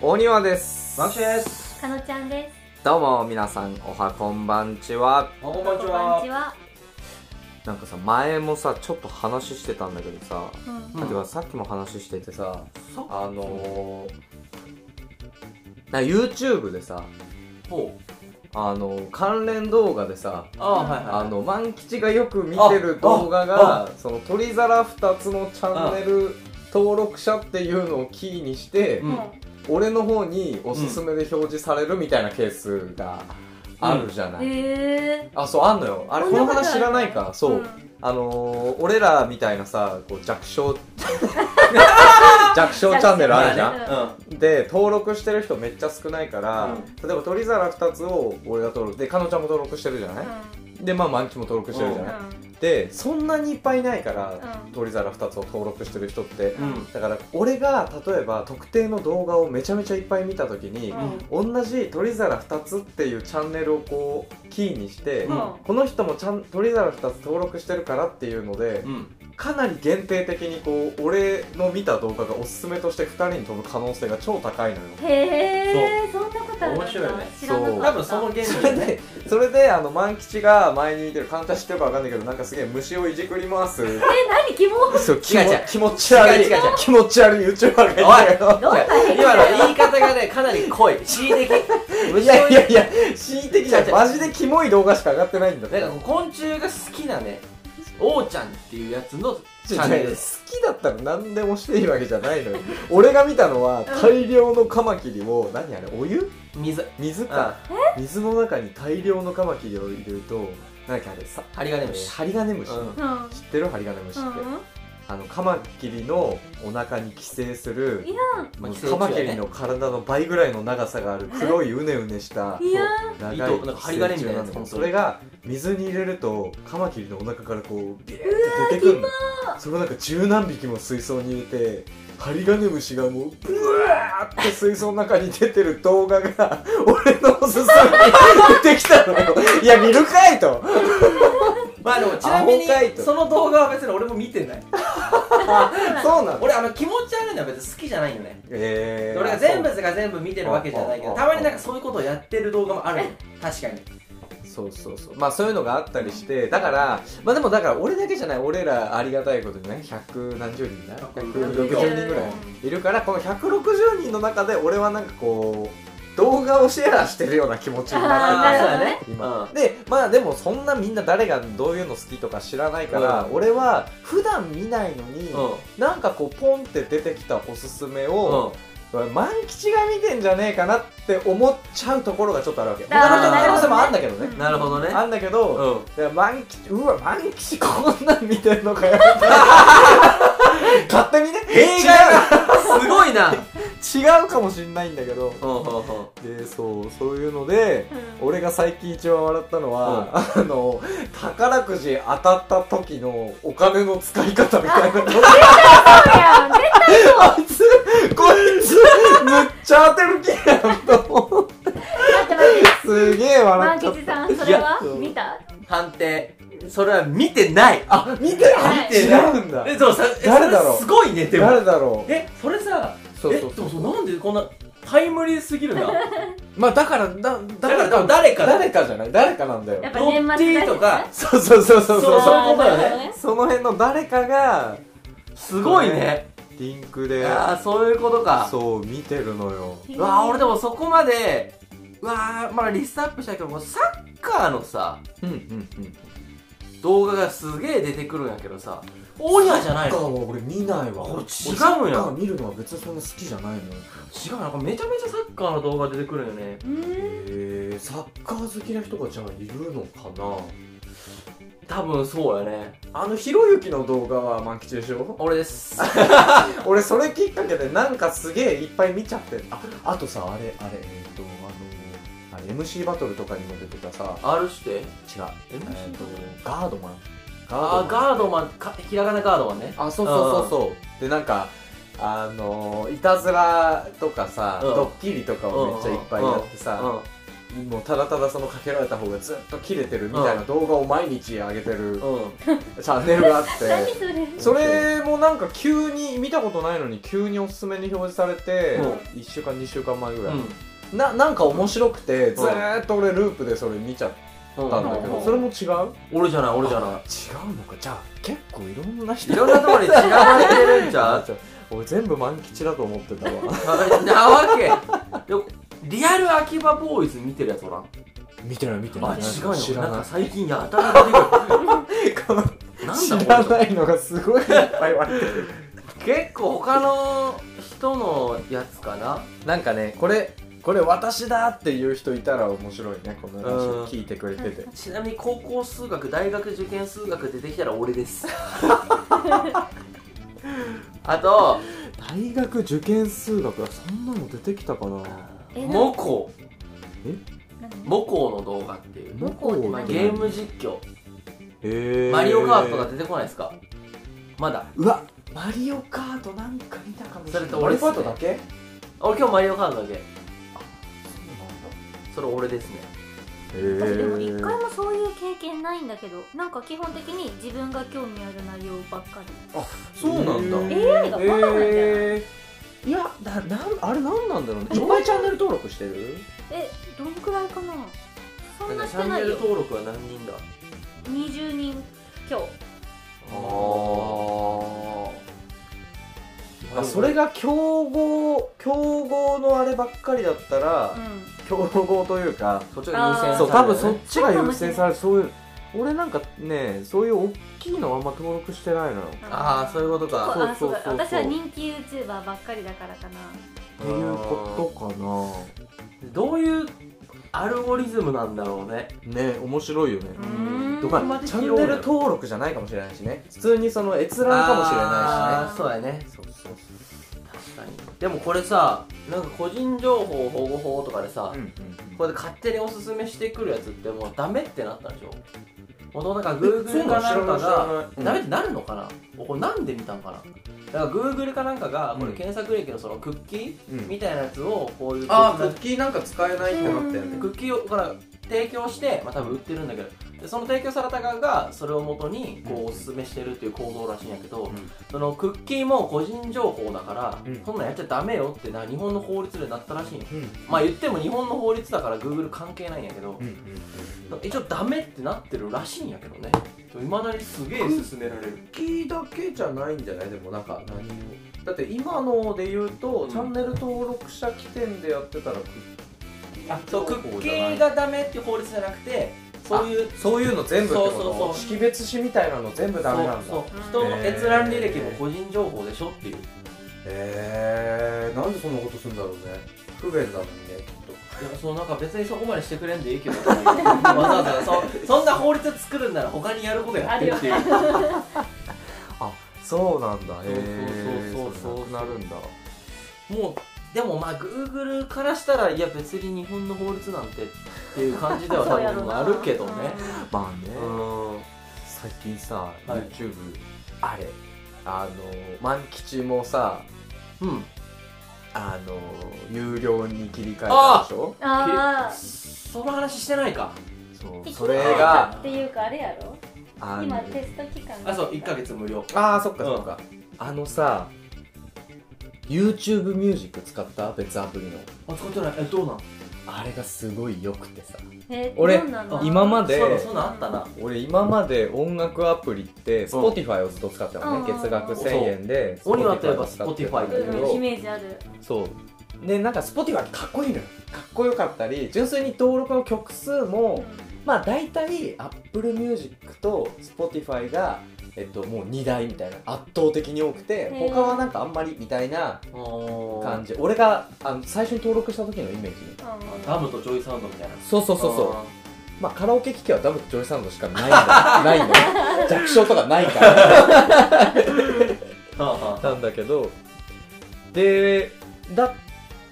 お庭ですマクシですかのちゃんです。どうも皆さんおはこんばんちはこんばんちこんはにちは。なんかさ前もさちょっと話してたんだけどさ、うんうんてかさっきも話しててささあのー、な YouTube でさほうあのー関連動画でさああはいはいあの万吉がよく見てる動画あがその鳥皿2つのチャンネル登録者っていうのをキーにして、うん俺の方におすすめで表示されるみたいなケースがあるじゃない、えあそうあんのよあれここんのなこと話知らないかそう、うんあのー、俺らみたいなさこう弱小弱小チャンネルあるじゃん弱で登録してる人めっちゃ少ないから、う例えば鳥皿2つを俺が登録でかのちゃんも登録してるじゃない、ー。でまあ満喫も登録してるじゃうない、ん。でそんなにいっぱいいないから、うん鳥皿2つを登録してる人って、うんだから俺が例えば特定の動画をめちゃめちゃいっぱい見た時に、同じ鳥皿2つっていうチャンネルをこうキーにして、うんこの人もちゃん鳥皿2つ登録してるからっていうので、うんうんかなり限定的にこう俺の見た動画がおすすめとして2人に飛ぶ可能性が超高いのようん。へえ。そんなことあるんだ面白いよね知らなそかうった。多分その原理それで、それで、あの、万吉が前にいてる、簡単知ってるかわかんないけど、なんかすげえ虫をいじくり回す。え、何疑問。そう、気持違う違う気持ち悪い違う違う違う、気持ち悪い YouTuber がいるんだけどんな変今の言い方がねかなり濃い恣意的ど。いやいやいや、恣意的じゃ違ん。う違うマジでキモい動画しか上がってないんだって。なんかこう昆虫が好きなね王ちゃんっていうやつのチ違ャンうネ違うル好ですきだったら何でもしていいわけじゃないのよ俺が見たのは大量のカマキリを何あれお湯水水あか水の中に大量のカマキリを入れると何かあれさ針金虫ハリガネムシ、うんうん。うん知ってるハリガネムシって、あのカマキリのお腹に寄生するいやもう寄生カ虫だねマキリの体の倍ぐらいの長さがある黒いうねうねしたいや長い糸なんか針金みたいなやつ寄生虫んだけど本当にそれが水に入れるとカマキリのお腹からこうビューって出てくるのそれをなんか十何匹も水槽に入れてハリガネムシがもうブワーって水槽の中に出てる動画が俺のおすすめに出てき たのよいや見るかいとまあでもちなみアホかいにとその動画は別に俺も見てないそうなの俺あの気持ち悪いのは別に好きじゃないよねえー、俺が全部が全部見てるわけじゃないけあどあたまになんかそういうことをやってる動画もあるよ確かにそうそうそうまあそういうのがあったりしてだからまあでもだから俺だけじゃない俺らありがたいことでね百何十人だ160 160人ぐらいいるからこの160人の中で俺はなんかこう動画をシェアしてるような気持ちになあーるなるほどね今でまあでもそんなみんな誰がどういうの好きとか知らないから、うん俺は普段見ないのに、うんなんかこうポンって出てきたおすすめうんを、万吉が見てんじゃねえかなって思っちゃうところがちょっとあるわけあ他のー人の可能性もなあるんだほどねけどね、なるほどねあんだけど、うんいや満喫うわ満喫こんなん見てんのかよみたいな勝手にね映画やすごいな違う違うかもしんないんだけどうんうんうんでそうそういうのでうん俺が最近一番笑ったのは、あの宝くじ当たった時のお金の使い方みたいなのそうやん。絶あいつこいつむっちゃ当てる気やんと思って対待って待って。すげえマ笑っちゃーっケたチさん、それはいや見た？判定それは見てないあ見てあ見て違ないうんだえそうさえ誰だろうそれすごいねでも誰だろうえそれさそうそうそうえでもそうなんでこんなタイムリーすぎるなだまあだからだからだ多分誰か誰かじゃない誰かなんだよやっぱロ年ッテ末だィとかそうそうそうそうそうそういうことだよねあーなるほどねその辺の誰かがすごいねリンクでああそういうことかそう見てるのよへーうわー俺でもそこまでうわーまだリストアップしたけどもうサッカーのさうんうんうん動画がすげえ出てくるんやけどさオーニャじゃないサッカーのは俺見ないわこれ違うやん俺サッカー見るのは別にそんな好きじゃないのよ違うなんかめちゃめちゃサッカーの動画出てくるよねうーん。へえサッカー好きな人がじゃあいるのかな多分そうやねあのひろゆきの動画は満喫でしょ 俺です 俺それきっかけでなんかすげえいっぱい見ちゃってああとさあれあれえっとあのあれ MC バトルとかにも出てたさ R して違う MC えっとガードマンあーンガードマンかひらがなガードマンねあそうそうそうそうでなんかあのー、いたずらとかさ、うんドッキリとかをめっちゃいっぱいやってさ、うんもうただただそのかけられた方がずっと切れてるみたいなうん動画を毎日上げてるうんチャンネルがあっ何 てそれそれもなんか急に見たことないのに急におすすめに表示されて1週間2週間前ぐらいななんか面白くてずーっと俺ループでそれ見ちゃっうんたんだけうどんそれも違う俺じゃない俺じゃな違うのかじゃあ結構いろんないい人ろんなところに違われてるんちゃう 俺全部万吉だと思ってたわ なわけでもリアル秋葉ボーイズ見てるやつおらん見てない見てあない違う知よならんなかい最近やたら出てくるこの なんだ知これらないのがすごいいっぱい割れて る結構他の人のやつかななんかねこれこれ私だっていう人いたら面白いねこの話うん聞いてくれててちなみに高校数学大学受験数学出てきたら俺ですあと大学受験数学はそんなの出てきたかなえなんモコ何モコの動画っていうモコってまあをゲーム実況へーマリオカートとか出てこないですかまだうわマリオカートなんか見たかもしれそれないと俺っすねけ俺今日マリオカートだけそそれ俺ですねうなんだ私でもへ一ー回もそういう経験ないんだけどなんか基本的に自分が興味ある内容ばっかりそうなんだ。 AI がバカなんじゃないえーいや、だなんあれなんなんだろうね。いっぱいチャンネル登録してる？えどんくらいかなそんなチしてャンなネいルよ登録は何人だ20人今日あ、それが競合競合のあればっかりだったら、うん競合というか、そっちが優先される、ね、そう多分そっちがそうか優もしれ先ないされる。そういう俺なんかね、そういう大きいのはあんま登録してないのよ。ああそういうことかそうあそうだそうそう私は人気 YouTuber ばっかりだからかなっていうことかな。どういうアルゴリズムなんだろうねね、面白いよね。うーんどこまでチャ広ンネル登録じゃないかもしれないしね。普通にその閲覧かもしれなあーそうやねいしね。そうそう確かにでもこれさなんか個人情報保護法とかでさ、うんうんこれで勝手におすすめしてくるやつってもうダメってなったんでしょもともとなんかうん。 Google かなんかがうんダメってなるのかな、これなんで見たんかなだから Google かなんかがこうれん検索履歴のそのクッキー、うんみたいなやつをこういうあーク別なッキーなんか使えないってなったよねクッキーをから提供して、まあ、多分売ってるんだけどでその提供された側がそれを元にこうおすすめしてるっていう構造らしいんやけど、んそのクッキーも個人情報だから、うんそんなんやっちゃダメよってな日本の法律でなったらしいんようんまあ言っても日本の法律だから Google 関係ないんやけどう、んうん一応ダメってなってるらしいんやけどねいまだにすげえ勧められるクッキーだけじゃないんじゃないでもなんか何をだって今ので言うと、んチャンネル登録者起点でやってたらクッキーあそうクッキーががダメっていう法律じゃなくてそういうそういうの全部ってことそうそうそう識別紙みたいなの全部ダメなんだそううんそう人の閲覧履歴も個人情報でしょっていうへえなんでそんなことするんだろうね不便なのにねきっといやそうなんか別にそこまでしてくれんでいい けどわざわざそそんな法律作るんなら他にやることやってるっていうあそうなんだへーそうそうそうそうそれなくなるんだもうでもまあグーグルからしたらいや別に日本の法律なんてっていう感じでは多そうやろ分なあるけどねまあねうん最近さ、はい YouTube あれあの万吉もさうんあの有料に切り替えたでしょうんああその話してないかそうでそれ切り替えたがっていうかあれやろあ今のテスト期間あそう1ヶ月無料あーそっかそっか、あのさ YouTube ミュージック使った別アプリのあ使ってないえどうなんあれがすごい良くてさえ俺どんなの今までそうだそんなんあったな俺今まで音楽アプリって Spotify をずっと使ってたのねうん月額1000円でそう鬼はといえば Spotify を使ってたんだけどうんイメージあるそうでなんか Spotify ってかっこいいのよかっこよかったり純粋に登録の曲数もまあ大体 AppleMusic と Spotify が、えっと、もう2台みたいな圧倒的に多くてー他はなんかあんまりみたいなおー感じ俺があの最初に登録した時のイメージダムとジョイサウンドみたいなそうそうそうそうあまあカラオケ機器はダムとジョイサウンドしかないんだないんだ弱小とかないからーはあは あなんだけどでだっ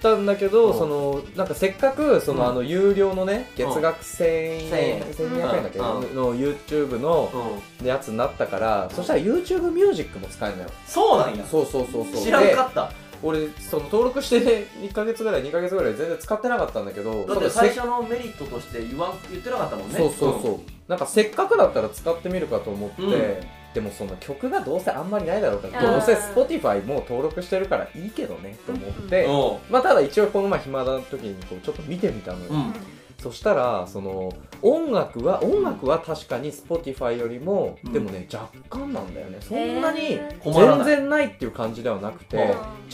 たんだけど、うんそのなんかせっかくその、うんあの有料のね月額1000円、 1000 1200円だっけ、うんの YouTube のうんやつになったから、そしたら YouTube ミュージックも使えるのよそうなんやそうそうそうそう知らんかった俺その登録して1ヶ月ぐらい2ヶ月ぐらい全然使ってなかったんだけどだって最初のメリットとして言わん言ってなかったもんねそうそうそう、なんかせっかくだったら使ってみるかと思って、うんでもその曲がどうせあんまりないだろうからうんどうせ Spotify もう登録してるからいいけどねと思って、うんおうまあただ一応この前暇な時にこうちょっと見てみたのよ、うんそしたらその音楽は音楽は確かに Spotify よりも、うんでもね若干なんだよねそんなにへー困らな全い然ないっていう感じではなくて、うん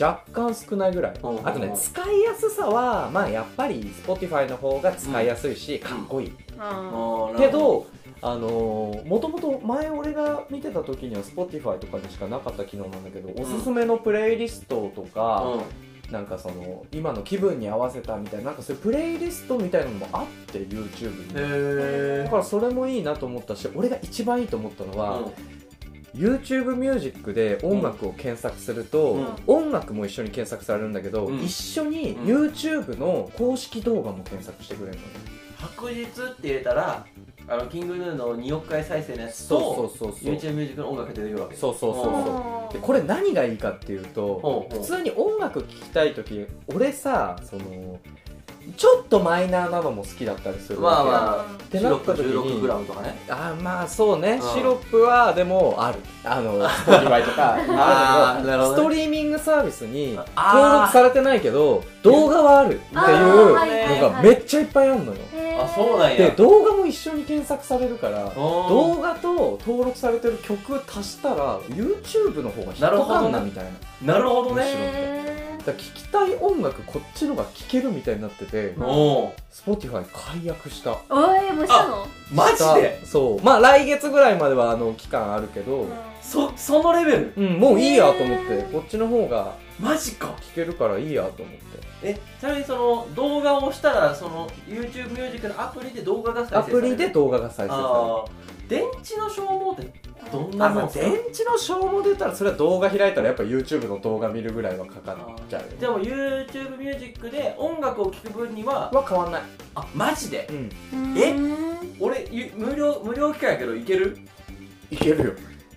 若干少ないぐらい、うんあとね、うん使いやすさはまあやっぱり Spotify の方が使いやすいし、かっこいい、ああーなけるほどあのー、もともと前俺が見てた時には Spotify とかにしかなかった機能なんだけど、おすすめのプレイリストとか、なんかその今の気分に合わせたみたいななんかそういうプレイリストみたいなのもあって YouTube うんにへだからそれもいいなと思ったし俺が一番いいと思ったのは、YouTube ミュージックで音楽を検索すると、うん音楽も一緒に検索されるんだけど、うん一緒にうん YouTube の公式動画も検索してくれるのね、白日って入れたらあのキングヌーの2億回再生のやつとそうそうそう YouTube ミュージックの音楽が出てくるわけそうそうそうそうあでこれ何がいいかっていうとほうほう普通に音楽聴きたい時俺さそのちょっとマイナーなのも好きだったりするわけ、まあまあってなった時に16 16グラムとかねあーまあそうね、うんシロップはでもあるあの Spotify とか ああーるけなるほどねストリーミングサービスにあー登録されてないけど動画はあるってあーはいいうのがめっちゃいっぱいあるのよへーあそうなんでや動画も一緒に検索されるからおー動画と登録されてる曲足したら YouTube の方が引っかかんなみたいなだかなるほどねへら聴きたい音楽こっちのが聴けるみたいになっててうんおお Spotify 解約したーおいもうしたのマジでしたそうまあ来月ぐらいまではあの期間あるけど、そそのレベルうん、もういいやと思って、へーこっちの方がマジか聞けるからいいやと思ってえちなみにその動画をしたらその YouTube ミュージックのアプリで動画が再生アされプるリで動画が再生さあー電池の消耗ってどんれるなあ、もまあ、んすか電池の消耗で言ったらそれは動画開いたらやっぱ YouTube の動画見るぐらいはかかっちゃうでよも YouTube ミュージックで音楽を聴く分にはは変わんない、あマジでうん、うんえうん俺ゆ無料無料期間やけどいけるいけるよ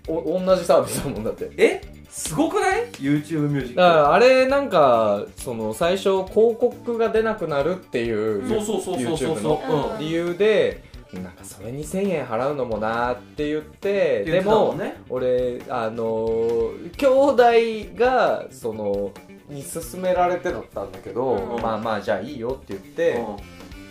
お同じサービスだもんだってえすごくない ?YouTube ミュージッだかクらあれなんかその最初広告が出なくなるっていうそうそうそうそうそう YouTube そのう、うん、理由でなんかそれに1000円払うのもなーって言って言ってでたももんね俺あのー兄弟がそのに勧められてだったんだけど、うんまあまあじゃあいいよって言って、うん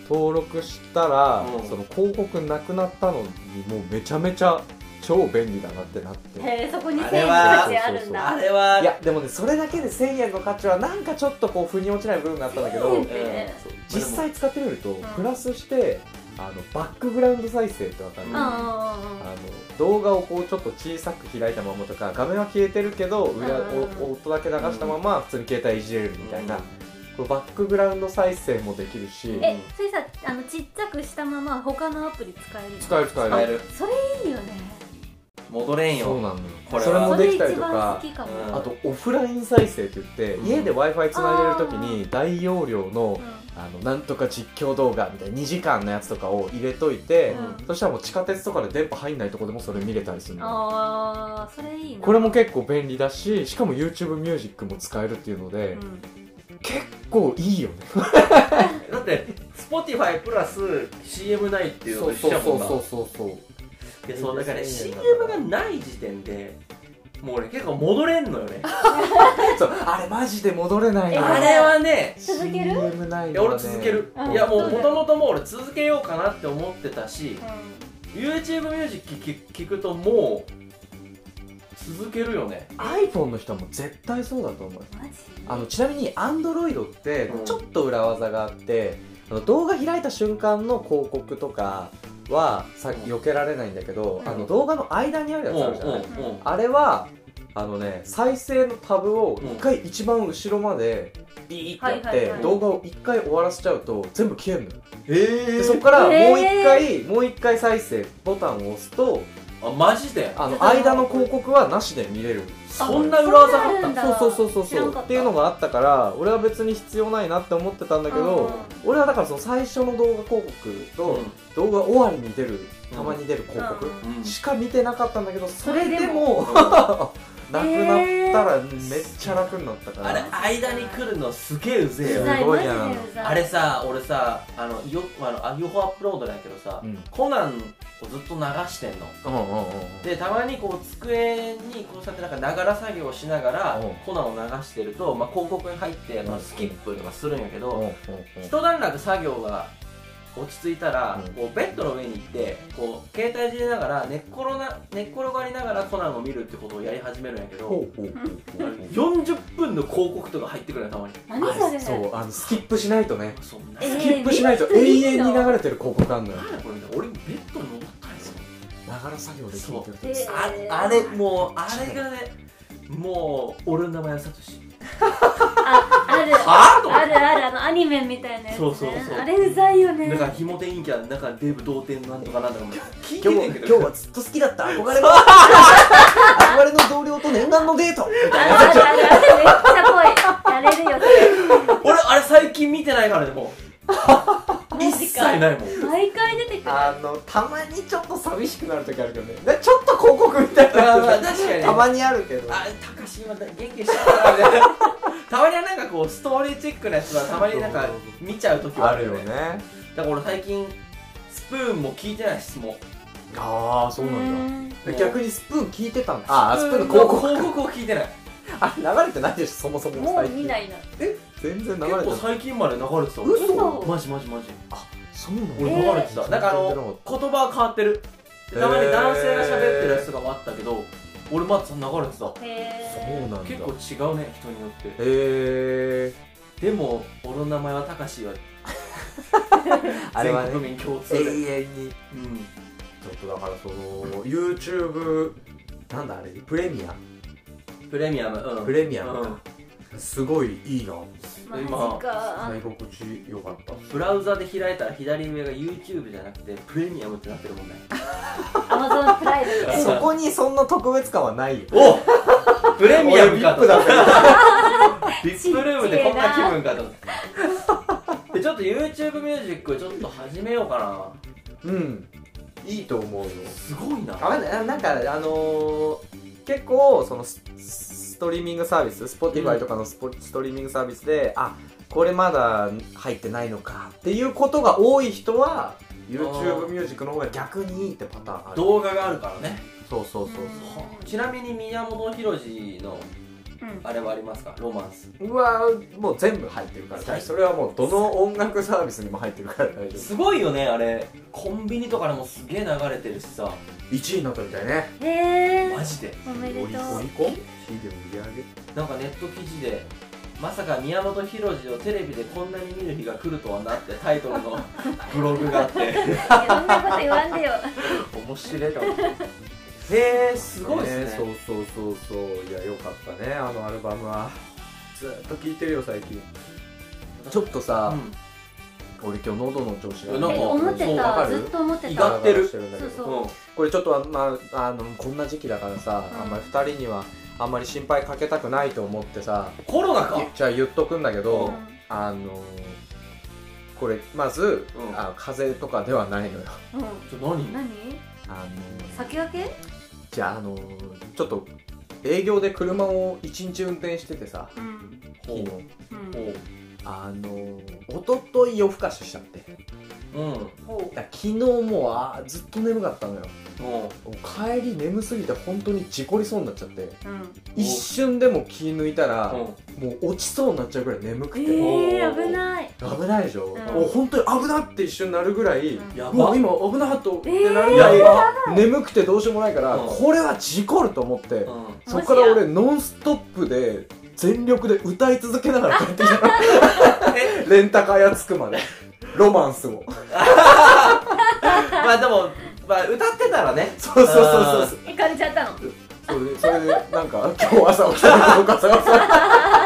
登録したら、うんその広告なくなったのにもうめちゃめちゃ超便利だなってなって。へーそこにあ選れ択は肢あるんあだれはいやでもねそれだけで1000円の価値はなんかちょっとこう腑に落ちない部分があったんだけうどんえそう実際使ってみるとんプラスしてあのバックグラウンド再生ってわかる、ううんうんうんうあんの動画をこうちょっと小さく開いたままとか画面は消えてるけど裏うんうんうんお音だけ流したまま普通に携帯いじれるみたいな、うんこのバックグラウンド再生もできるしえそれさあのちっちゃくしたまま他のアプリ使える使える使使ええるるそれいいよね戻れんそうよなのよこれはそれもそでれき一たりと番好かきかもうんあとオフライン再生って言って、うん家で w i f i つないでる時に大容量のあのなんとか実況動画みたいな2時間のやつとかを入れといて、うんそしたらもう地下鉄とかで電波入んないとこでもそれ見れたりするのよああそれいいなこれも結構便利だししかも YouTube ミュージックも使えるっていうので、うん結構いいよねだって Spotify プラス CM ないっていうのと一緒やもんなそうそういやそうだからねそう CM がない時点でもう俺結構戻れんのよねそうあれマジで戻れないえのあれはね続ける CM ないいのやはね俺続けるうんいやもそううだもよともともう俺続けようかなって思ってたしうん YouTube ミュージック聞聞くともう続けるよね iPhone の人はもう絶対そうだと思うマジあのちなみに Android ってうんちょっと裏技があって、あの動画開いた瞬間の広告とかはさうん避けられないんだけど、うんあの動画の間にあるうやんつうんあるじゃない、うんあれはあのね再生のタブを一回一番後ろまでビーってやっはいはいてはい動画を一回終わらせちゃうと全部消えるのよえでそこからもう一えー回もう一回再生ボタンを押すとあマジであの間の広告はなしで見れるそんな裏技があるあんっただそうそうそう知そらんうかそっうったていうのがあったから俺は別に必要ないなって思ってたんだけど俺はだからその最初の動画広告と動画終わりに出るたまに出る広告うん うんしか見てなかったんだけどそれでそれでもなくなったしたらめっちゃ楽になったからあれ間に来るのすげえうぜえすよごいマジでやんうざいあれさ俺さあのよあのあ予報アップロードだけどさ、うんコナンをずっと流してんのうんうんうんでたまにこう机にこうやってなんかながら作業をしながらうんコナンを流してると、まあ、広告に入って、まあ、スキップとかするんやけど、うん一段落作業が落ち着いたら、うんこうベッドの上に行ってこう携帯いじりながら寝っ転な寝っ転がりながらコナンを見るってことをやり始めるんやけど、ほうほうほうほう40分の広告とか入ってくるのたまに何それそうあのスキップしないとねそうなえスキップしないと永遠に流れてる広告あんのよなんだこれね俺ベッドに登ったんですよながら作業で聞いてるとそうえあーあれもうあれがねもう俺の名前はサトシああるはあと思っあてるあるあのアニメみたいなやつねそうそうそうあれうざいよねなんかひもてインキャなんかデブ同点なんとかなんとかも聞いて今ね日んけど今日はずっと好きだった憧れの憧れの同僚と念願のデートあるあるあるめっちゃぽいやれるよ俺あれ最近見てないからねもう一切ないもんそれ毎回出てくるあのたまにちょっと寂しくなる時あるけどねねちょっと広告みたいなやあつまあ確かにねたまにあるけどあたかし今元気してるからみたいな たまにはなんかこうストーリーチックなやつはたまになんか見ちゃう時はああるるよよねねだから俺最近スプーンも聞いてない質問ああそうなんだんだうん逆にスプーン聞いてたんだああスプーン広告広告を聞いてないあれ流れてないでしょそもそももう見ないな全然流れ結て構ない最近まで流れてた嘘マジマジマジそうな俺の流れてた、えーなんかあの言葉は変わってるでたまに男性が喋ってるやつとかもあったけど、俺まだ流れてたそうなへんだ結構違うね人によってへえでも俺の名前はたか しはあれ全はね国民共通永遠で、にうちんょっとだからその YouTube なんだあれプレミアプレミアムうんプレミアムうんすごいいいなマジ今か使い心地よかったブラウザで開いたら左上が YouTube じゃなくてプレミアムってなってるもんねアマゾンプライムえそこにそんな特別感はないよおプレミアムかと俺ビップルームでこんな気分かと思って でちょっと YouTube ミュージックちょっと始めようかなうんいいと思うよすごいなあななんかあのー結構そのスストリーミングサービス Spotify とかのスポ、ストリーミングサービスであこれまだ入ってないのかっていうことが多い人は YouTube ミュージックの方が逆にいいってパターンある動画があるからねそうそうそうちなみに宮本浩次のうんあれはありますかロマンスうわもう全部入ってるから最それはもうどの音楽サービスにも入ってるから大丈すごいよねあれコンビニとかでもすげえ流れてるしさ1位になったみたいねへマえジでおめでとうオリコン ?CD の売り上げなんかネット記事でまさか宮本浩次をテレビでこんなに見る日が来るとはなってタイトル のブログがあっていろんなこと言わんでよ面白いと思ってへえすごいですねそうそうそうそういやよかったねあのアルバムはずっと聴いてるよ最近夫ちょっとさう、ん俺今日喉の調子がなんえか思ってそうわかたるずっと思って意外たってるしてるんだけそうどそううんこれちょっとはまああのこんな時期だからさ、うんあんまり2人にはあんまり心配かけたくないと思ってさコロナかじゃあ言っとくんだけど、うあのーこれまず、うんあ風邪とかではないのようんうんちょ何何あのー先駆けじゃああのーちょっと営業で車を1日運転しててさうん昨ほ日うんうあのー、おととい夜更かししちゃってだかほううんら昨日もうあーずっと眠かったのようんもう帰り眠すぎて本当に事故りそうになっちゃってうん一瞬でも気抜いたら、うんもう落ちそうになっちゃうぐらい眠くて、ええ危ない危ないでしょ、うんもう本当に危なって一瞬なるぐらい、ううんやわば今危なっとってなるぐらい、やば眠くてどうしようもないから、うんこれは事故ると思って、うんそこから俺ノンストップで全力で歌い続けながら帰ってきたレンタカー屋着くまでロマンスをまあでも、まあ、歌ってたらねそうそうそうそう行かれちゃったのそれでそれでなんか今日朝起きたらガサガサ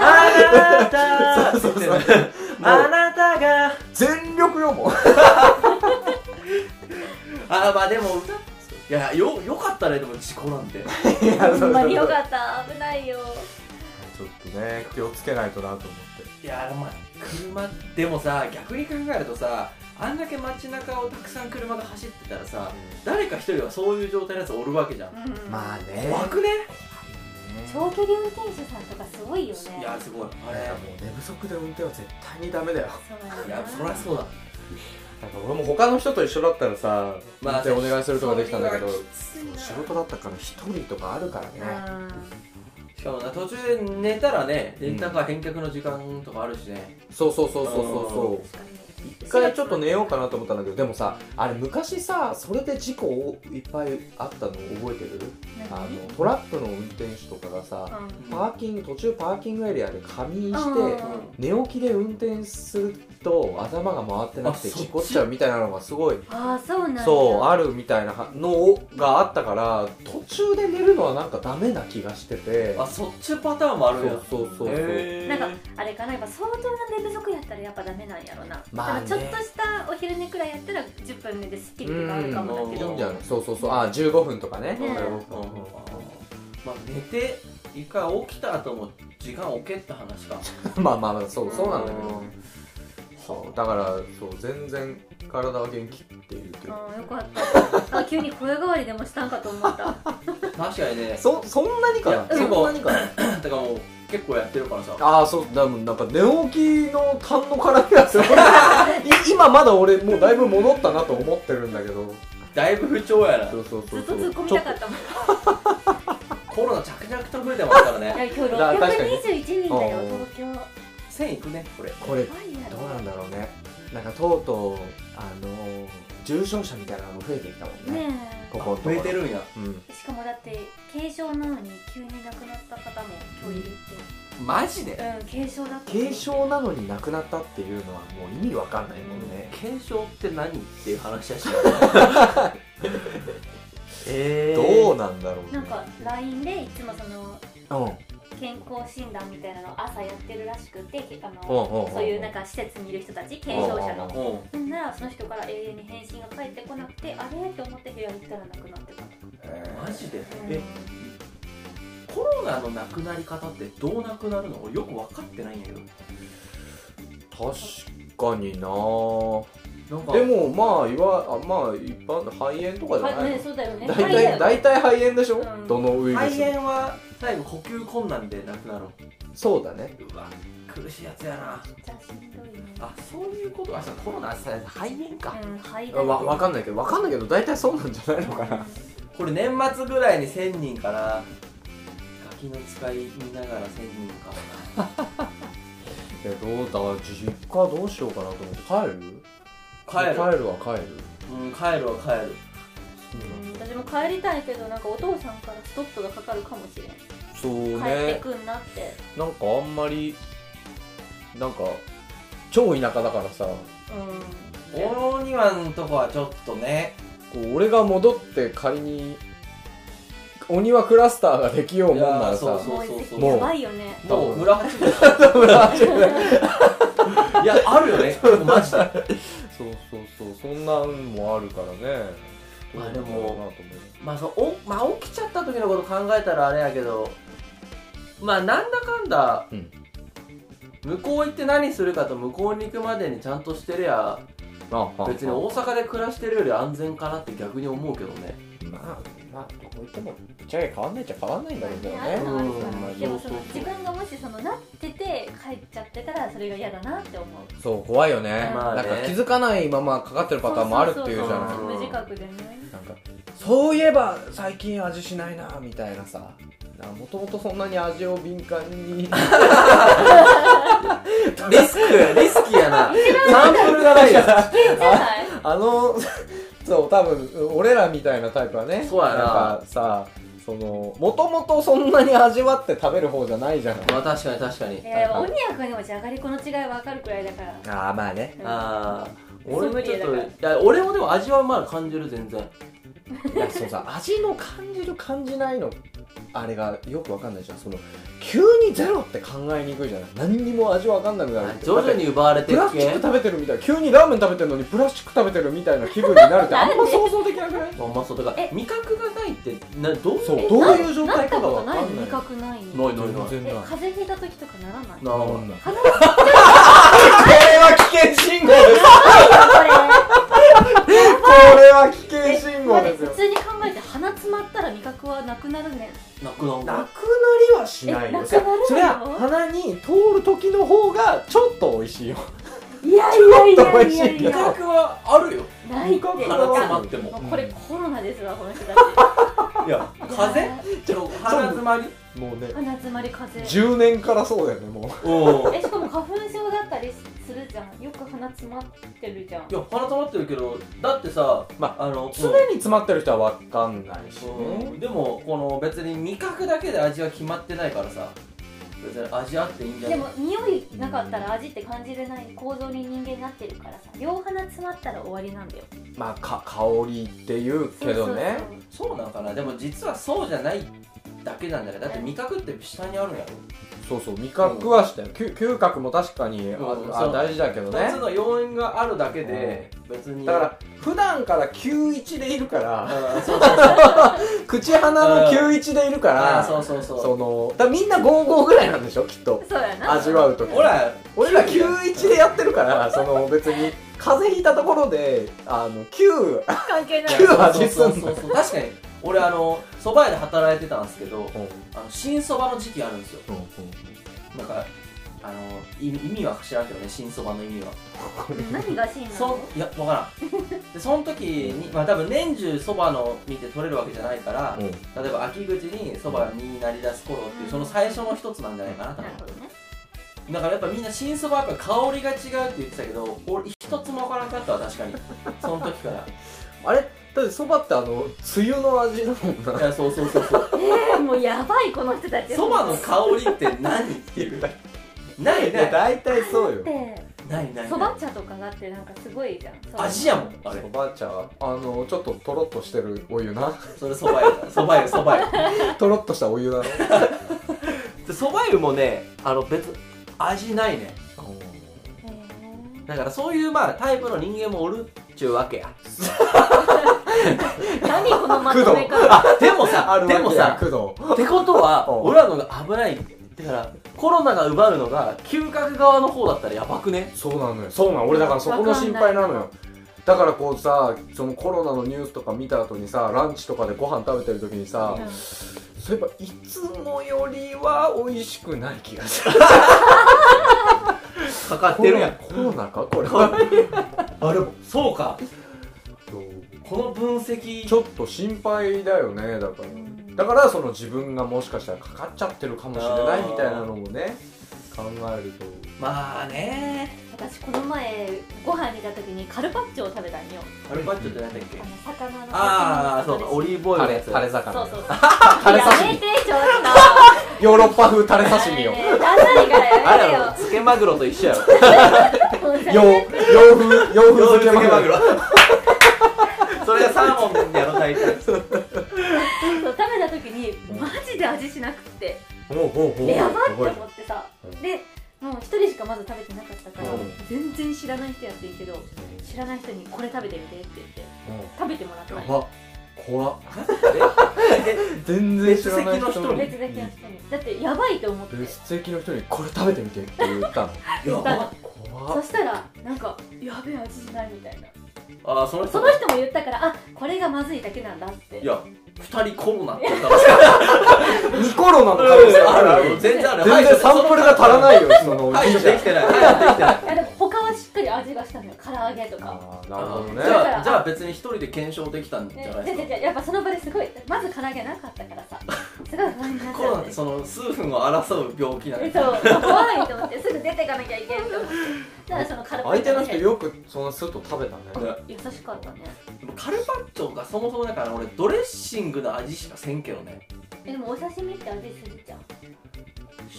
あなたそうそうそうあなたが全力よもうあまあでも歌いやよよかったねでも事故なんてほんまによかった危ないよちょっとね気をつけないとなと思っていやまあ車でもさ逆に考えるとさあんだけ街中をたくさん車が走ってたらさ誰か一人はそういう状態のやつおるわけじゃんうんまあね怖くねね長距離運転手さんとかすごいよねいやすごいあれいやもう寝不足で運転は絶対にダメだよそうやないやそりゃそうだなんか俺も他の人と一緒だったらさ運まあ転お願いするとかできたんだけどそれ仕事だったから一人とかあるからねしかもな途中で寝たらねなんか返却の時間とかあるしねそうそうそうそううそうそう一一回ちょっと寝ようかなと思ったんだけどでもさあれ昔さそれで事故いっぱいあったの覚えてるあのトラックの運転手とかがさうんパーキング途中パーキングエリアで仮眠うんして寝起きで運転すると頭が回ってなくてあそっち事故っちゃうみたいなのがすごいああそうなんだそうああるみたいなはのがあったから途中で寝るのはなんかダメな気がしててあそっちパターンもあそるんやうそうそうそう、へーなんかあれかなやっぱ相当な寝不足やったらやっぱダメなんやろな、まあねだからちょっとしたお昼寝くらいやったら10分寝でスッキリとかあるかもだけいいどんじゃないそうそうそうあ15分とかねねうんまあ寝て一回起きた後も時間置けって話か まあまあまあそうそうなんだけうどんそうだからそう全然体は元気っていうけどああよかったあ急に声変わりでもしたんかと思った 確かにねそそんなにかいやな結そ構んなにかなだからもう結構やってるからさああそうでもなんか寝起きの痰の絡みがすごいい今まだ俺もうだいぶ戻ったなと思ってるんだけどだいぶ不調やなそうそうそずうっそとう突っ込みちょたっかったもんいコロナ着々と増えてますからね や今日だ確かに621人だよあー東京や1000いくねこれとこればいやどろうなんだろうねなんかとうとうあのー重症者みたいなのも増えてきたもんねねここのとこ増ろえてるんやうんえしかもだって軽症なのに急に亡くなった方も今日いるっマジでてうん軽症だった軽症なのに亡くなったっていうのはもう意味わかんないもんね、検証って何っていう話やし えどうなんだろうねなんか LINE でいつもそのうん健康診断みたいなのを朝やってるらしくてあおうおうおうのおうそういうなんか施設にいる人たち軽症者おうおうおうのうんほんならその人から永遠に返信が返ってこなくてあれって思って部屋行ったらなくなってたマジでうんえコロナの亡くなり方ってどう亡くなるの俺よく分かってないんやけど確かになぁなんかでもまあいわあまあ一般肺炎とかじゃはないいねのそうだよね大はいだ体よ大体肺炎でしょ、うんどのウイルスも肺炎は最後呼吸困難で亡くなるそうだねうわ苦しいやつやなじゃあしんどいねあそういうことあそうコロナさ肺炎かうん肺だわわかんないけどわかんないけど大体そうなんじゃないのかなこれ年末ぐらいに1000人からガキの使い見ながら1000人かいやどうだから実家どうしようかなと思って帰る帰る帰るは帰るうん帰るは帰るうん私も帰りたいけどなんかお父さんからストップがかかるかもしれんそう帰ってねくんなってなんかあんまりなんか超田舎だからさう大庭のとこはちょっとねこう俺が戻って仮に鬼はクラスターができようもんならいやさーそうんそうそうもうやばいよねもう村八分 いやあるよ ねマジでそうそうそうそんなんもあるからねまあでどうなんだろうなとも思うまあそうお、まあ、起きちゃった時のこと考えたらあれやけどまあなんだかんだ、うん向こう行って何するかと向こうに行くまでにちゃんとしてりゃああ別にあ大阪で暮らしてるより安全かなって逆に思うけどねまあまあどこ行ってもぶっちゃけ変わんないっちゃ変わんないんだけどまあねあるのはあるからうんまあでもそうそそのう自分がもしそのなってて帰っちゃってたらそれが嫌だなって思うそう怖いよね,、まあなんねか気づかないままかかってるパターンもあるっていうじゃそないんそそそう無自覚でねなんかそういえば最近味しないなみたいなさもともとそんなに味を敏感に リスクリスキーや なサンプルがない よじゃないあの そう多分俺らみたいなタイプはねそうやなんかさそのもともとそんなに味わって食べる方じゃないじゃないまあ確かに確かにいやでも鬼やくにもじゃがりこの違いわかるくらいだからああまあねああ俺もちょっソムとリいエや俺もでも味はまだ感じる全然いやそうさ味の感じる感じないのあれがよくわかんないじゃんその急にゼロって考えにくいじゃない何にも味わかんなくなるって徐々に奪われてプるラスチッ系ク食べてるみたい急にラーメン食べてるのにプラスチック食べてるみたいな気分になるってあんま想像できなくな いまあまあそうだからえ味覚がないってなどうそうえどういう状態かがなわなかったことんなないい味覚ないのないないない全え然ない風邪ひいた時とかならないなあない風邪これは危険信号ですこれこれは危険信貧だ乏ってです普よ通に考えて鼻詰まったら味覚はなくなるねなくなるんなくなだりはしないよえなくなるのそりゃ鼻に通る時の方がちょっと美味しいよいやいやいちょっと美や味いしいやけい味どや覚はあるよないって味鼻覚は詰まってももうこれコロナですわこの人たちいや 風邪ちょっと鼻詰まりもうね鼻詰まり風邪10年からそうだよねもううんえしかも花粉症だったりするじゃんよく鼻詰まってるじゃんいや鼻詰まってるけどだってさまあの常に詰まってる人は分かんないしうんねでもこの別に味覚だけで味は決まってないからさ別に味あっていいんじゃなでいも匂いなかったら味って感じれない構造に人間なってるからさ両鼻詰まったら終わりなんだよまあか香りっていうけどねそうそそううなのかなでも実はそうじゃないだけなんだねだって味覚って下にあるんやろそうそう味覚はしたよ、嗅嗅覚も確かに、あうんあそう大事だけどね2つの要因があるだけで別にだから普段から91でいるから うんそうそうそう口鼻の91でいるかあーらそうそうそうそのだからみんな55ぐらいなんでしょきっとそうそうやな味わう時ほら俺ら91でやってるからその別に風邪ひいたところであの9関 係ない嗅覚そうそうそうそう確かに俺あの蕎麦屋で働いてたんですけどあの新蕎麦の時期あるんですよなんかあのい意味は知らんけどね新蕎麦の意味は何が真なそのいや分からんでその時にまあ多分年中そばの見て取れるわけじゃないから、うん例えば秋口にそばになりだす頃っていうその最初の一つなんじゃないかな多なるほ分どねだからやっぱみんな新そばはやっぱ香りが違うって言ってたけど俺一つも分からんかったわ確かにその時 からあれだってそばってあの梅雨の味だもんないやそうそうそうそうえー、もうやばいこの人たちそばの香りって何って いうないいなやいない大体そうよでないないそば茶とかだってなんかすごいじゃんそう味やもんあれおばあちゃんはあのちょっととろっとしてるお湯な それそば湯だそば湯そば湯とろっとしたお湯なの でそば湯もねあの別味ないねへーだからそういうまあタイプの人間もおるっちゅうわけ や何このまとめ方でもさでもさ工藤ってこと はうん俺らのが危ないだからコロナが奪うのが嗅覚側の方だったらやばくねそうなのよそうなの俺だからそこの心配なのわよだからこうさそのコロナのニュースとか見た後にさランチとかでご飯食べてる時にさ、そういえばいつもよりは美味しくない気がするかかってるやんコロナか これはあれそうかこの分析ちょっと心配だよねだからうんだからその自分がもしかしたらかかっちゃってるかもしれないみたいなのもね考えるとまあね私この前ご飯に行った時にカルパッチョを食べたんよアルパッチョって何だっけあの魚のああそうかオリリーブオイルタのレやつタレ魚そうそうタレや刺め身てちょっヨーロッパ風タレと刺 身をえーダサいからあれややめてろよつけマグロと一緒やろ洋洋風洋風漬けマグロロ それがサーモンやろ大体そう食べた時にマジで味しなくってほうほうほうでやばって思ってさうんでもう一人しかまず食べてなかったからうん全然知らない人やってんけど知らない人にこれ食べてみてって言って食べてもらったやのば怖っえ全然知らない別席の人に別だけの人にだってやばいと思って別席の人にこれ食べてみてって言った のいやだから怖そっしたらなんかやべえ味しないみたいなああその人その人も言ったからあこれがまずいだけなんだっていや二人コロナって言ったらニコロナの可能性あ あるるああるる全然ある全然サンプルが足らないよその排い除いじゃでんきてない排除できてないいやでも他はしっかり味がしたのよ唐揚げとかあーなるほどねじだかゃらあじゃあ別に一人で検証できたんじねゃないででですかでやっぱその場ですごいまず唐揚げなかったからさすごい不安になっコロナってちゃその数分を争う病気なんってでそう怖いと思ってすぐ出てかなきゃいけんと 思ってだからそのカルパッ相チ手ョの人よくそのスッと食べたね優しかったねカルパッチョがそもそもだから俺ドレッシングの味しかせんけどねえでもお刺身って味するじゃん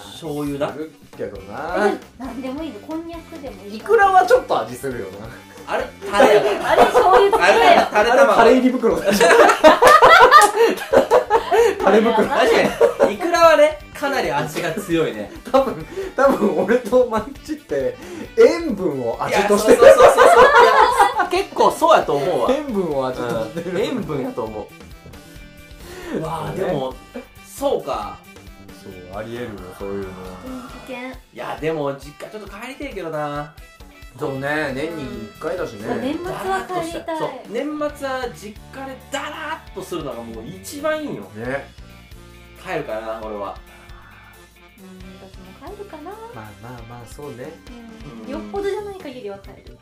醤油なあるけどえでなも何でもいいのこんにゃくでもいいいくらはちょっと味するよなあれタレやからあれ醤油つけあれだよタレカレー卵入り袋 だタレ袋確かにいくらはねかなり味が強いね多分多分俺とマッチって塩分を味としていやそうそうそうそういや結構そうやと思うわ塩分を味としてる、塩分やと思うわあそうねでもそうかそうありえるよそういうのはうん危険いやでも実家ちょっと帰りてえけどなそうね年に1回だしね、そう年末はだらっと帰しりたいそう年末は実家でダラっとするのがもう一番いいよね帰るからな俺はうん私も帰るかな、まあまあまあそうねうんうんよっぽどじゃない限りは帰る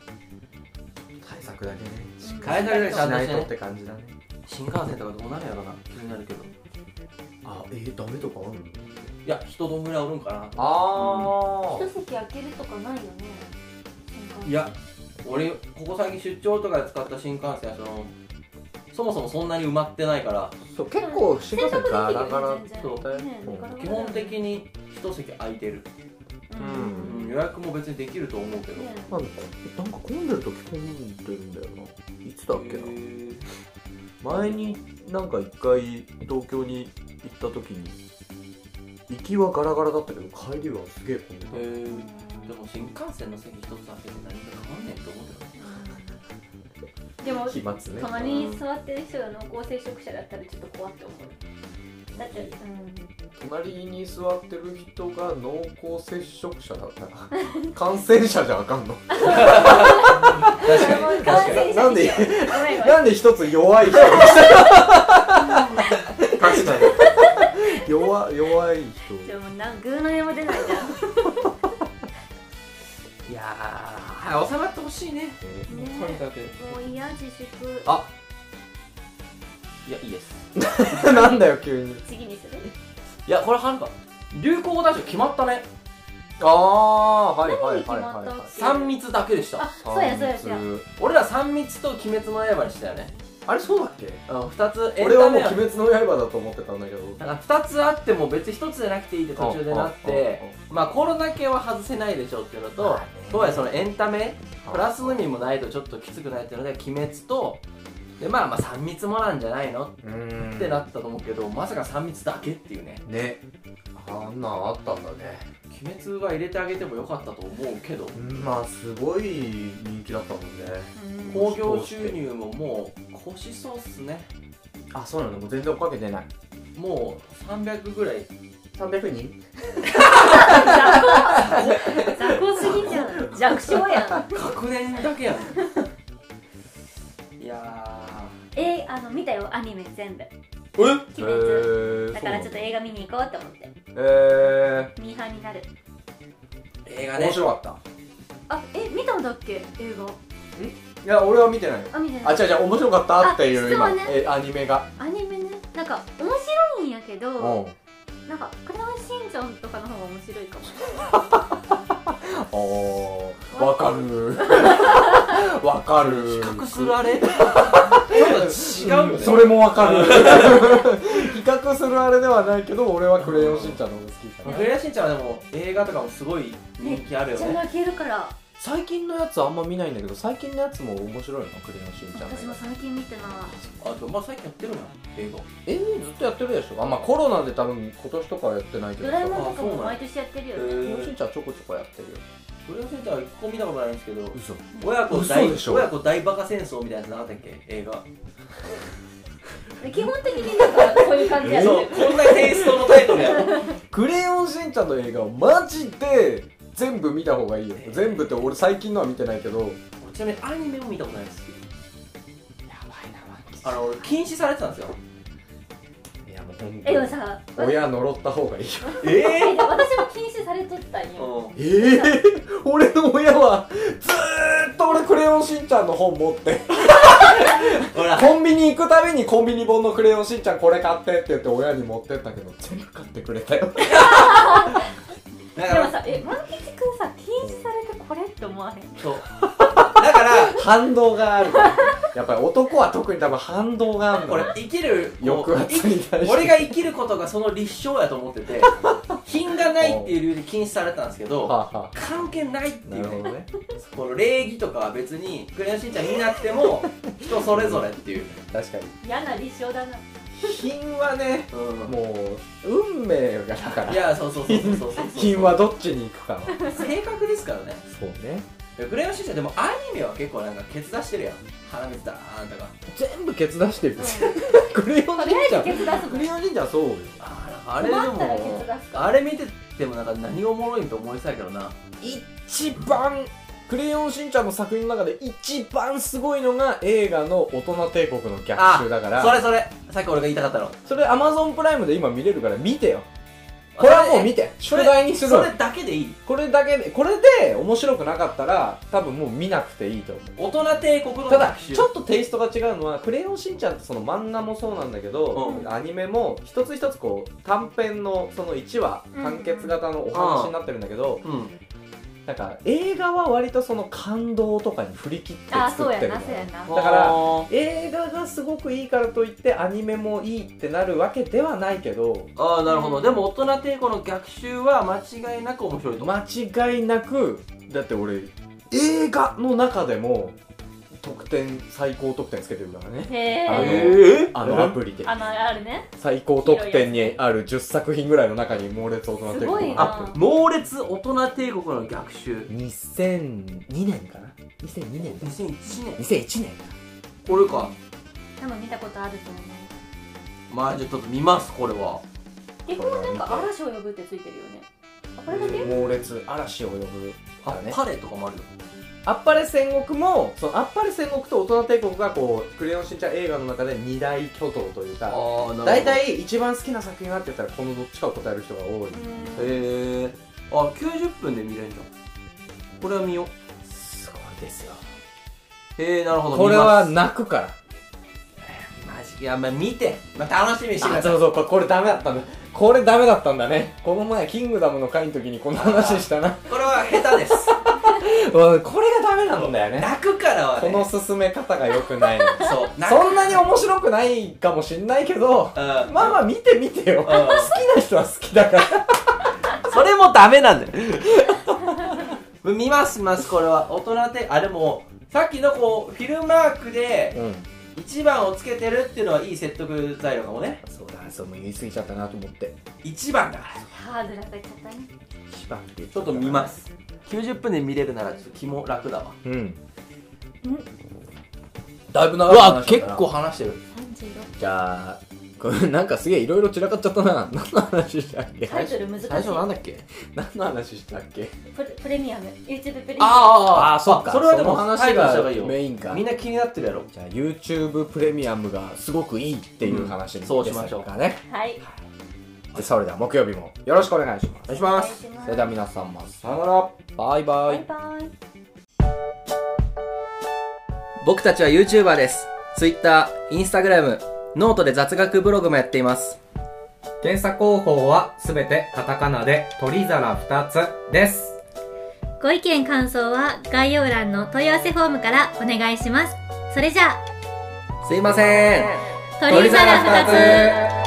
対策だけねしっか帰りりたくなしないいちゃんとしてとっねて感じだね新幹線とかどうなるやろな気になるけどあえー、ダメとかあるのいや人どんぐらいおるんかなとあ一席空けるとかないよねいや俺ここ最近出張とかで使った新幹線はそのそもそもそんなに埋まってないからーそう結構新幹線ガラガラそうだよ基本的に一席空いてる、ううん、ん予約も別にできると思うけど、ねなんかなんか混んでる時混んでるんだよないつだっけなへー前になんか一回東京に行った時に行きはガラガラだったけど帰りはすげえ混んでへたーでも新幹線の席一つ空けて何か変わんねえと思うけどねでも飛沫ね隣に座ってる人が濃厚接触者だったらちょっと怖って思うだってうん隣に座ってる人が濃厚接触者だった ら感染者じゃあかんの確かに確かになんでごめんごめんなんで一つ弱い人確かに 弱弱いでもなグーの音も出ないじゃんいやーはい収まってほしいね人ねとにかくもう嫌自粛あいやいいです なんだよ急に次にするいやこれはなんか流行語大賞決まったねああはいはい何に決はいまはっいたはい3密だけでしたあそうやそうやそうや三つ俺ら3密と鬼滅の刃にしたよねあれそうだっけうん2つエン俺はタもう「メは鬼滅の刃」だと思ってたんだけどなんか2つあっても別に1つじゃなくていいって途中でなってまあコロナ系は外せないでしょうっていうのととはいえそのエンタメプラスの意味もないとちょっときつくないっていうので鬼滅とでまあまあ3密もなんじゃないのうんってなったと思うけどまさか3密だけっていうねねあんなんあったんだね鬼滅は入れてあげてもよかったと思うけどまあすごい人気だったもんねうん興行収入ももう腰そうっすねあそうなのもう全然追っかけてないもう300ぐらい300人雑魚すぎんじゃん弱小やん確年だ けやんいや えーあの見たよアニメ全部えーえ鬼滅ーだからちょっと映画見に行こうと思ってそうなのえミーハーになる映画ーね面白かったあえ見たんだっけ映いや俺は見てないよ画あ見てなあい違う違う面白かったっていうあ今質問えアニメがアニメねなんか面白いんやけうどんなんか「クレヨンしんちゃん」とかの方が面白いかもあーわか るわかる比較するあれちょっと違うよね、それもわか る比較するあれではないけど俺は「クレヨンしんちゃん」の方が好きかなクレヨンしんちゃんはでも映画とかもすごい人気あるよじゃあね泣けるから最近のやつあんま見ないんだけど最近のやつも面白いの「クレヨンしんちゃん私もの」最近見てないあでもまあ最近やってるな映えー、ずっとやってるでしょあまあコロナで多分今年とかはやってないけドどラさえもんとかも毎年やってるよ画へねクレヨンしーんちゃんちょこちょこやってるよクレヨンしんちゃんは一個見たことないんですけど嘘親子大嘘でしょ親子大バカ戦争みたいなやつなかったっけ映画で基本的になんかこういう感じやそうねこんなテイストのタイトルやろクレヨンしんちゃんの映画をマジで全部見た方がいいよ全部って俺最近のは見てないけどちなみにアニメも見たことないですやばいなワンキあの俺禁止されてたんですよいやもうほんえでもさ私親呪った方がいいよええ私も禁止されとったんうんよええ俺の親はずーっと俺クレヨンしんちゃんの本持ってほらコンビニ行くたびにコンビニ本のクレヨンしんちゃんこれ買ってって言って親に持ってったけど全部買ってくれたよだでかもらさえ万吉くんさ禁止されてこれって思わへんそうだから反動があるからやっぱり男は特に多分反動があるんだこれろう生きるこう抑圧に対して俺が生きることがその立証やと思っ てて品がないっていう理由で禁止されたんですけどはあ、は関係ないってあ、ないるうほどねねこの礼儀とかは別にクレヨンしんちゃん見なく ても人それぞれっていう、確かに嫌な立証だな品はねうもう運命がだかん、いらやそうそうそうそうそうそう品はどっちに行くかは正確ですからねそうねクレヨンしんちゃんでもアニメは結構なんかケツ出してるやん鼻水だーんとか全部ケツ出してるうんクレヨン としりんちあゃえずケんツ出すクもレヨンしんちゃんそうよああれで困ったらケツも出すかあれ見ててもなんか何がおもろいんと思いそうやけどな一番クレヨンしんちゃんの作品の中で一番すごいのが映画の大人帝国の逆あ襲だからそれそれさっき俺が言いたかったのそれアマゾンプライムで今見れるから見てよこれはもう見てそ宿れ題にするそれだけでいいこれだけでこれで面白くなかったら多分もう見なくていいと思う大人帝国のただ学習ちょっとテイストが違うのは「クレヨンしんちゃん」ってその漫画もそうなんだけど、うアニメも一つ一つこう短編のその1話完結型のお話になってるんだけど、うんなんか映画は割とその感動とかに振り切ってあーそ作うっやてるのなそうやなだからあー映画がすごくいいからといってアニメもいいってなるわけではないけどああなるほうどんでも大人帝国の逆襲は間違いなく面白いと思う間違いなくだって俺映画の中でも得点最高得点つけてるからねへあのえええあのアプリであのあるね最高得点にある10作品ぐらいの中に猛烈大人帝すご国いがなあ猛烈大人帝国の逆襲2002年かな2002年2001年2001年これか多分見たことあると思うまあじゃあちょっと見ますこれは基本なんか嵐を呼ぶってついてるよねあこれだけ猛烈嵐を呼ぶあだねパレとかもあるよあっぱれ戦国もそのあっぱれ戦国と大人帝国がこう「クレヨンしんちゃん」映画の中で二大巨頭というああなかるほど大体一番好きな作品はって言ったらこのどっちかを答える人が多いへえあ90分で見れるじゃんこれは見よすごいですようへえなるほどこれは見ま泣くからすマジいやまあ見てまあ楽しみにしてくだあさいそうそうこれこれダメだったんだこれダメだったんだねこの前キングダムの回の時にこの話したなこれは下手ですうんこれがダメなんだよね 泣くからはこねの進め方が良くない のそう泣くそんなに面白くないかもしんないけどうんまあまあ見て見てよ好きな人は好きだからそれもダメなんだよ見ます見ますこれは大人ってあでもさっきのこうフィルマークでうん1番をつけてるっていうのはいい説得材料かもねそうだそうもう言い過ぎちゃったなと思って1番だからハードル上がっちゃったね一番ってちょっと見ます90分で見れるならちょっと気も楽だわうんだいぶ長うくわ話しちゃ結ったな構話してる36じゃあこれなんかすげえいろいろ散らかっちゃったな 何の話したっけタイトル難しい最初なんだっけ何の話したっけプレプレミアム YouTube プレミアあーあーあーそっかそれはでもそのタイ話トルした方ががいいよメインかみんな気になってるやろじゃあ YouTube プレミアムがすごくいいっていう話に、うんそうしましょうですかねムはいでそれでは木曜日もよろしくお願いしますお願いしますお願いしますそれでは皆様さよならバイババイイバイ僕たちは YouTuber です。Twitter、Instagram、ノートで雑学ブログもやっています。検査方法はすべてカタカナで鳥皿2つですご意見感想は概要欄の問い合わせフォームからお願いしますそれじゃあすいません。鳥皿2つ